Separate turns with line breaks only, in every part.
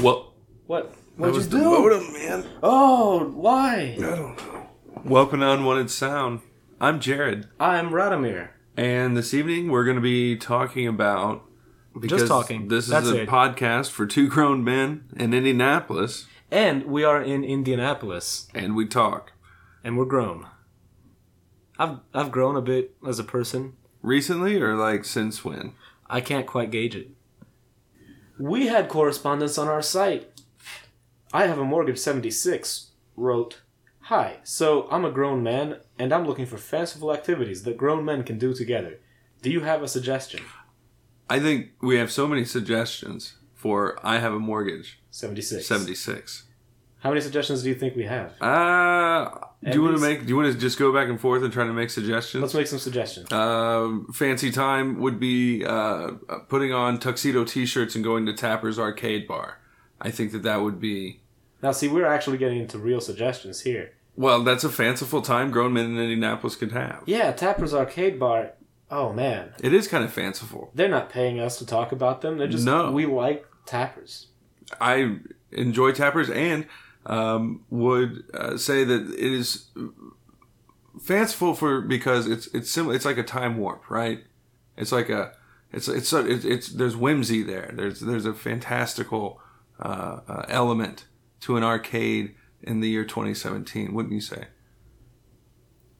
Well,
What?
that
What'd you
was the
do?
modem, man.
Oh, why?
I don't know. Welcome to Unwanted Sound. I'm Jared,
I'm Radomir.
and this evening we're going to be talking about. Because
talking.
This is
That's
a
it.
podcast for two grown men in Indianapolis,
And we are in Indianapolis,
and we talk.
and we're grown. I've I've grown a bit as a person.
Recently, or like since when?
I can't quite gauge it. We had correspondence on our site. I have a mortgage 76 wrote, "Hi, so I'm a grown man and I'm looking for fanciful activities that grown men can do together. Do you have a suggestion?"
I think we have so many suggestions for I Have a Mortgage
76.
76.
How many suggestions do you think we have?
Uh, do
At
you want to
least-
make? Do you want to just go back and forth and try to make suggestions?
Let's make some suggestions.
Uh, fancy time would be uh, putting on tuxedo t-shirts and going to Tapper's arcade bar. I think that that would be
Now, see, we're actually getting into real suggestions here.
well. That's a fanciful time grown men in Indianapolis could have.
Yeah, Tapper's Arcade Bar. Oh man,
It is kind of fanciful.
they're not paying us to talk about them. They're just
No.
we like Tappers.
I enjoy Tapper's and um, would uh, say that it is fanciful for because it's it's similar. It's like a time warp, right? It's like a it's it's so- it's, it's there's whimsy there. There's there's a fantastical uh, uh, element to an arcade in the year 2017, wouldn't you say?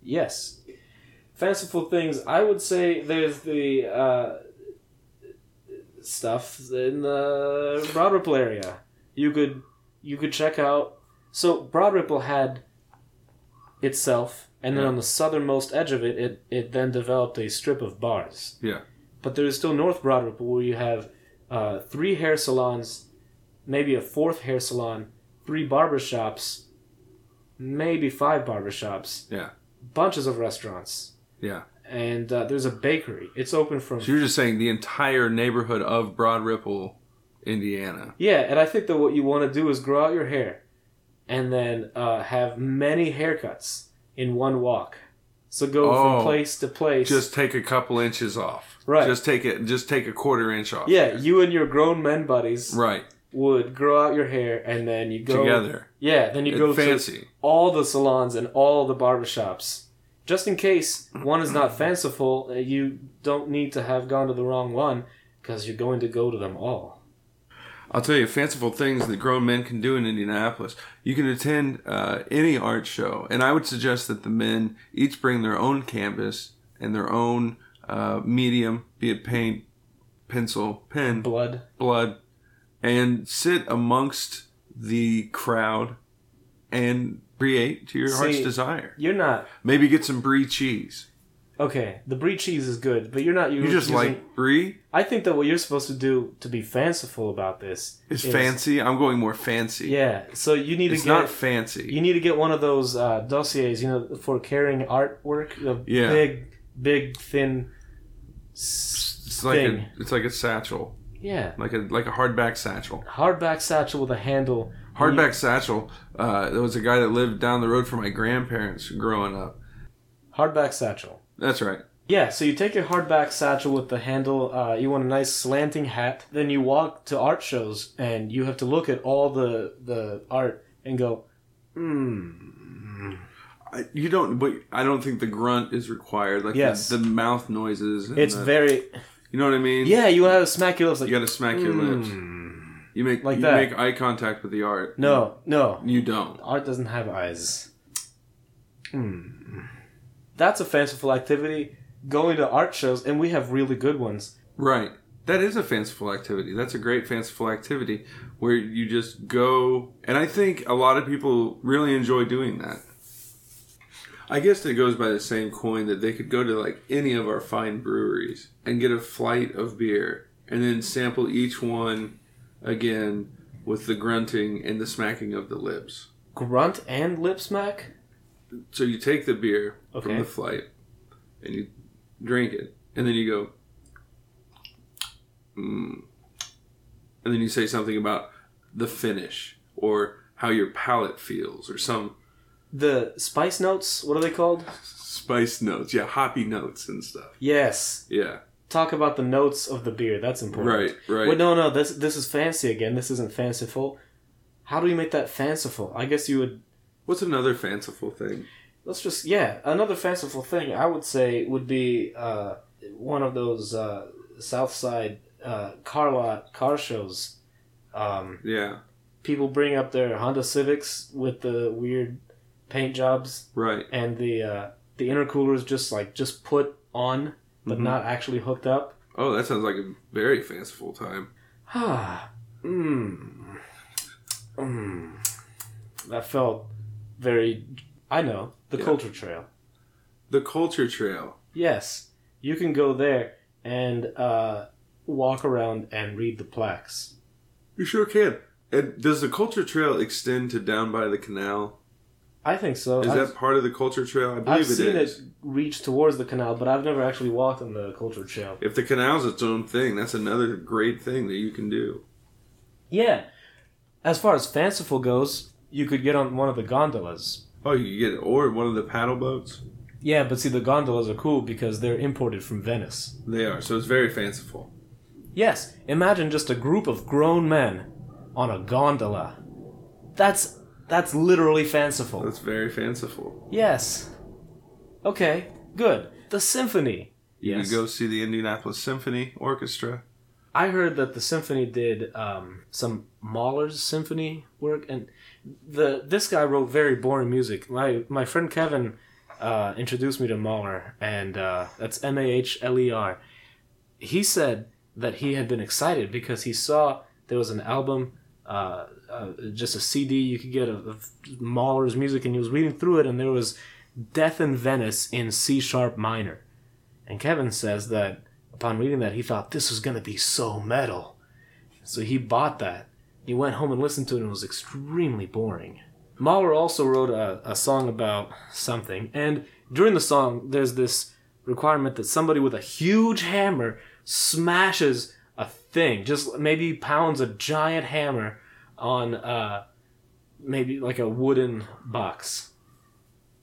Yes, fanciful things. I would say there's the uh, stuff in the Broad Ripple area. You could you could check out. So Broad Ripple had itself, and then on the southernmost edge of it, it it then developed a strip of bars.
Yeah.
But there is still North Broad Ripple where you have uh, three hair salons, maybe a fourth hair salon, three barber shops, maybe five barber shops,
Yeah.
bunches of restaurants,
Yeah.
and uh, there's a bakery. It's open from
So you're just saying the entire neighborhood of Broad Ripple, Indiana.
yeah, and I think that what you want to do is grow out your hair, and then uh, have many haircuts in one walk. So go
Oh,
from place to place.
Just take a couple inches off.
Right.
Just take it. Just take a quarter inch off.
yeah, you and your grown men buddies
Right.
would grow out your hair, and then you go
Together.
Yeah, then you
It-
go to
fancy.
all the salons and all the barbershops. Just in case one is not fanciful, uh, you don't need to have gone to the wrong one because you're going to go to them all.
I'll tell you fanciful things that grown men can do in Indianapolis. You can attend uh, any art show, and I would suggest that the men each bring their own canvas and their own uh, medium, be it paint, pencil, pen,
Blood.
blood and sit amongst the crowd and create to your heart's
See-
desire.
You're not.
Maybe get some brie cheese.
Okay, the brie cheese is good, but you're not
You just
using-
like brie?
I think that what you're supposed to do to be fanciful about this
It's fancy. I'm going more fancy.
Yeah, so you need
it's
to get.
not fancy.
you need to get one of those uh, dossiers, you know, for carrying artwork. The
Yeah.
big, big, thin. s-
It's like
thing.
a, it's like a satchel,
Yeah.
like a like a hardback satchel.
hardback satchel with a handle.
Hardback satchel. Uh, there was a guy that lived down the road from my grandparents growing up.
Hardback satchel.
That's right.
Yeah, so you take your hardback satchel with the handle. Uh, you want a nice slanting hat. Then you walk to art shows and you have to look at all the the art and go, hmm.
I, you don't, but I don't think the grunt is required. Like
Yes.
the, the mouth noises. and
It's
the-
very
You know what I mean?
yeah. You want to smack your lips like
You gotta smack your lips.
"Mm."
You make
Like
you
that.
make eye contact with the art.
No, no,
You don't.
art doesn't have eyes. Mm. That's a fanciful activity. Going to art shows, and we have really good ones.
Right. That is a fanciful activity. That's a great fanciful activity where you just go and I think a lot of people really enjoy doing that. I guess it goes by the same coin that they could go to like any of our fine breweries and get a flight of beer and then sample each one again with the grunting and the smacking of the lips.
grunt and lip smack.
So you take the beer
Okay.
from the flight and you drink it, and then you go, mm. and then you say something about the finish or how your palate feels or some
The spice notes, what are they called?
spice notes, yeah, hoppy notes and stuff.
Yes.
Yeah,
talk about the notes of the beer. That's important.
Right, right.
Wait, no, no. This this is fancy again. This isn't fanciful. How do we make that fanciful? I guess you would.
What's another fanciful thing?
Let's just yeah. Another fanciful thing I would say would be uh, one of those uh, South Side uh, car lot car shows. Um,
Yeah,
people bring up their Honda Civics with the weird paint jobs
right.
and the uh, the intercooler is just like just put on but
Mhm.
not actually hooked up.
Oh, that sounds like a very fanciful time.
Ah, mmm, mmm. That felt very. I know the
Yeah.
culture trail.
The Culture Trail.
Yes, you can go there and uh, walk around and read the plaques.
You sure can. And does the Culture Trail extend to down by the canal?
I think so.
Is
I've,
that part of the Culture Trail? I believe
I've seen
it is.
it reach towards the canal, but I've never actually walked on the culture trail.
If the canal's its own thing, that's another great thing that you can do.
Yeah. As far as fanciful goes, you could get on one of the gondolas.
Oh, you could get or one of the paddle boats.
Yeah, but see, the gondolas are cool because they're imported from Venice.
They are so it's very fanciful.
Yes, imagine just a group of grown men on a gondola. That's that's literally fanciful.
That's very fanciful.
Yes. Okay, good. The symphony.
You
Yes.
can go see the Indianapolis Symphony Orchestra.
I heard that the symphony did um, some Mahler's symphony work, and the this guy wrote very boring music. My my friend Kevin uh, introduced me to Mahler, and uh, that's M A H L E R. He said that he had been excited because he saw there was an album, uh, uh, just a CD you could get of, of Mahler's music, and he was reading through it, and there was "Death in Venice" in C sharp minor. And Kevin says that upon reading that, he thought this was going to be so metal. So he bought that. He went home and listened to it, and it was extremely boring. Mahler also wrote a, a song about something, and during the song, there's this requirement that somebody with a huge hammer smashes a thing, just maybe pounds a giant hammer on uh, maybe like a wooden box.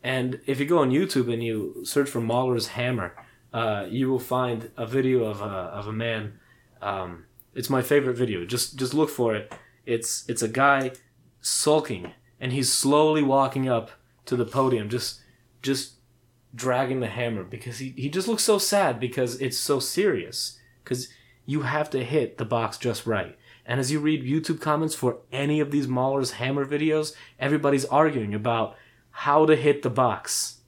And if you go on YouTube and you search for Mahler's hammer, uh, you will find a video of a, of a man. Um, it's my favorite video. Just just look for it. It's it's a guy sulking, and he's slowly walking up to the podium, just just dragging the hammer because he, he just looks so sad because it's so serious. Because you have to hit the box just right. And as you read YouTube comments for any of these Mahler's hammer videos, everybody's arguing about how to hit the box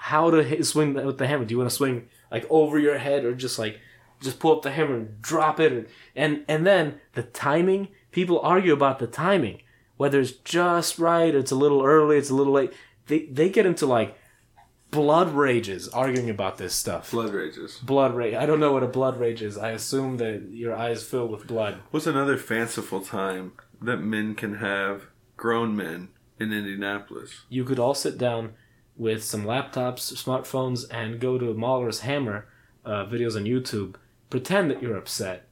how to hit, swing the, with the hammer. Do you want to swing like over your head or just like just pull up the hammer and drop it? And and, and then the timing. People argue about the timing, whether it's just right, it's a little early, it's a little late. They they get into like blood rages arguing about this stuff.
Blood rages.
Blood rage. I don't know what a blood rage is. I assume that your eyes fill with blood.
What's another fanciful time that men can have? Grown men in Indianapolis.
you could all sit down with some laptops, smartphones, and go to Mahler's Hammer uh, videos on YouTube, pretend that you're upset,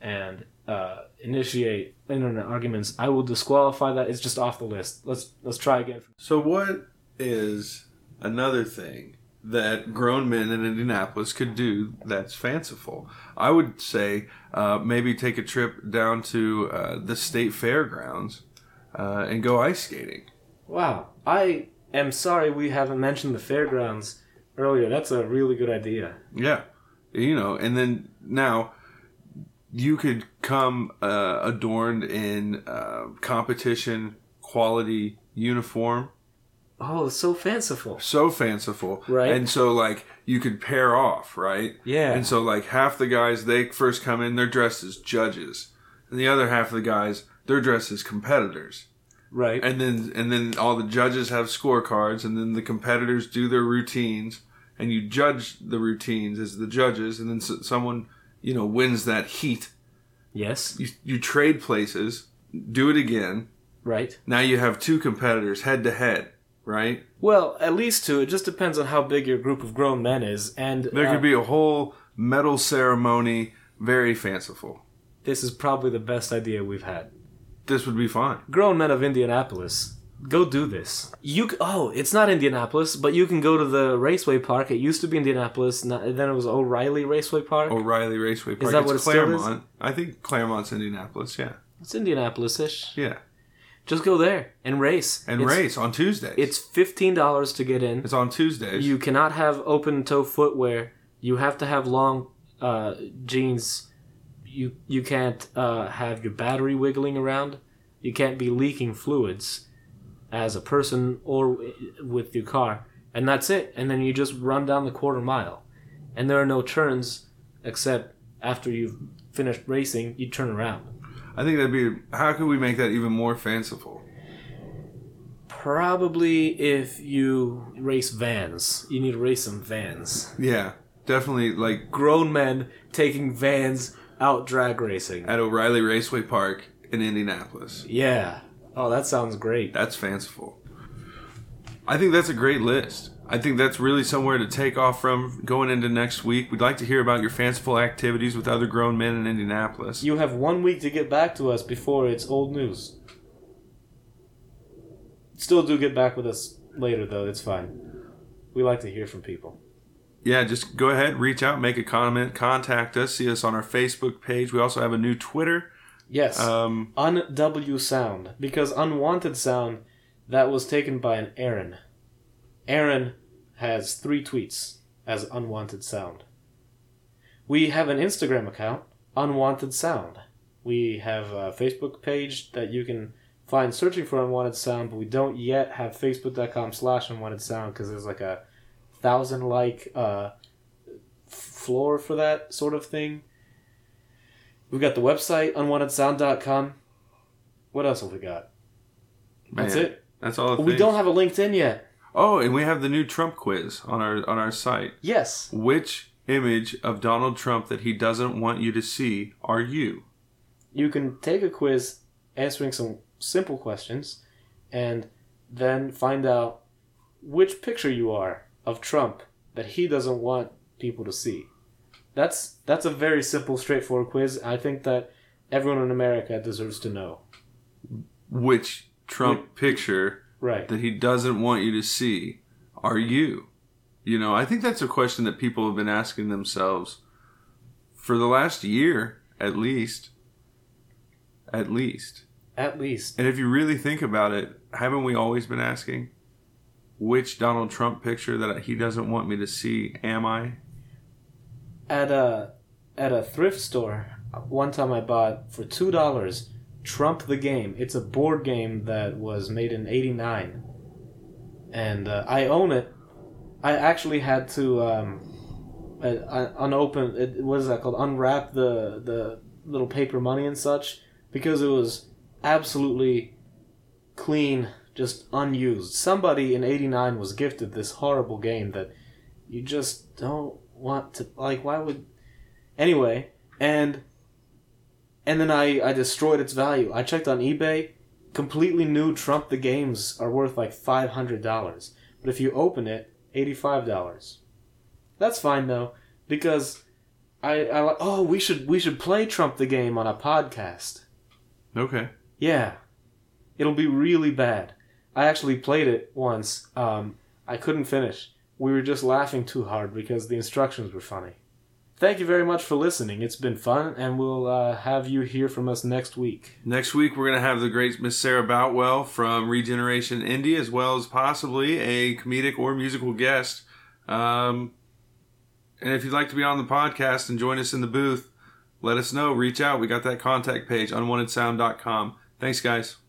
and uh, initiate internet arguments. I will disqualify that. It's just off the list. Let's let's try again.
So what is another thing that grown men in Indianapolis could do that's fanciful? I would say uh, maybe take a trip down to uh, the state fairgrounds uh, and go ice skating.
Wow, I am sorry we haven't mentioned the fairgrounds earlier. That's a really good idea.
Yeah, you know, and then now you could come uh, adorned in uh, competition quality uniform.
Oh, it's so fanciful.
so fanciful
Right.
and so like you could pair off right
Yeah.
and so like half the guys they first come in they're dressed as judges and the other half of the guys they're dressed as competitors
Right.
and then and then all the judges have scorecards and then the competitors do their routines and you judge the routines as the judges and then s- someone you know wins that heat
yes.
you, you trade places do it again
Right.
now you have two competitors head to head right
Well, at least two. It just depends on how big your group of grown men is, and
There
uh,
could be a whole medal ceremony, very fanciful.
this is probably the best idea we've had.
This would be fine.
Grown men of Indianapolis, Go do this. You c- oh, it's not Indianapolis, but you can go to the Raceway Park. It used to be Indianapolis, not, then it was O'Reilly Raceway Park.
O'Reilly Raceway Park.
that
it's
what it still
Claremont. I think Claremont's Indianapolis. Yeah,
It's Indianapolis-ish.
yeah,
Just go there and race
and
It's-
race on Tuesdays.
It's fifteen dollars to get in.
it's on Tuesdays.
You cannot have open toe footwear. You have to have long uh, jeans. You you can't uh, have your battery wiggling around. You can't be leaking fluids as a person or w- with your car. And that's it. And then you just run down the quarter mile. And there are no turns except after you've finished racing, you turn around.
I think that'd be. How could we make that even more fanciful?
Probably if you race vans, you need to race some vans.
Yeah, definitely. Like
grown men taking vans out drag racing.
at O'Reilly Raceway Park in Indianapolis.
Yeah. Oh, that sounds great.
That's fanciful. I think that's a great list. I think that's really somewhere to take off from going into next week. We'd like to hear about your fanciful activities with other grown men in Indianapolis.
You have one week to get back to us before it's old news. Still do get back with us later, though. It's fine. We like to hear from people.
yeah, just go ahead, reach out, make a comment, contact us, see us on our Facebook page. We also have a new Twitter.
Yes.
Um,
UnW sound. Because unwanted sound, that was taken by an Aaron. Aaron has three tweets as unwanted sound. We have an Instagram account, Unwanted Sound. We have a Facebook page that you can find searching for Unwanted Sound, but we don't yet have facebook.com slash unwanted sound because there's like a thousand like uh, f- floor for that sort of thing. We've got the website, unwantedsound.com. What else have we got? That's
man,
it.
That's all. The
We
things.
don't have a LinkedIn yet.
Oh, and we have the new Trump quiz on our on our site.
Yes.
Which image of Donald Trump that he doesn't want you to see are you?
You can take a quiz answering some simple questions and then find out which picture you are of Trump that he doesn't want people to see. That's that's a very simple straightforward quiz. I think that everyone in America deserves to know.
Which Trump picture
Right.
that he doesn't want you to see are you? You know, I think that's a question that people have been asking themselves for the last year, at least. At least.
At least
And if you really think about it, haven't we always been asking which Donald Trump picture that he doesn't want me to see am I?
at a at a thrift store one time I bought for two dollars Trump the Game. It's a board game that was made in '89, and uh, I own it. I actually had to um, uh, uh, unopen. It, what is that called? Unwrap the the little paper money and such because it was absolutely clean, just unused. Somebody in '89 was gifted this horrible game that you just don't want to like why would anyway and and then i i destroyed its value i checked on ebay completely new trump the games are worth like $500 but if you open it $85 that's fine though because i i like oh we should we should play trump the game on a podcast
Okay.
yeah. It'll be really bad. I actually played it once. Um, I couldn't finish. We were just laughing too hard because the instructions were funny. Thank you very much for listening. It's been fun, and we'll uh, have you hear from us next week.
Next week, we're going to have the great Miss Sarah Boutwell from Regeneration Indie, as well as possibly a comedic or musical guest. Um, and if you'd like to be on the podcast and join us in the booth, let us know. Reach out. We got that contact page, unwantedsound.com. Thanks, guys.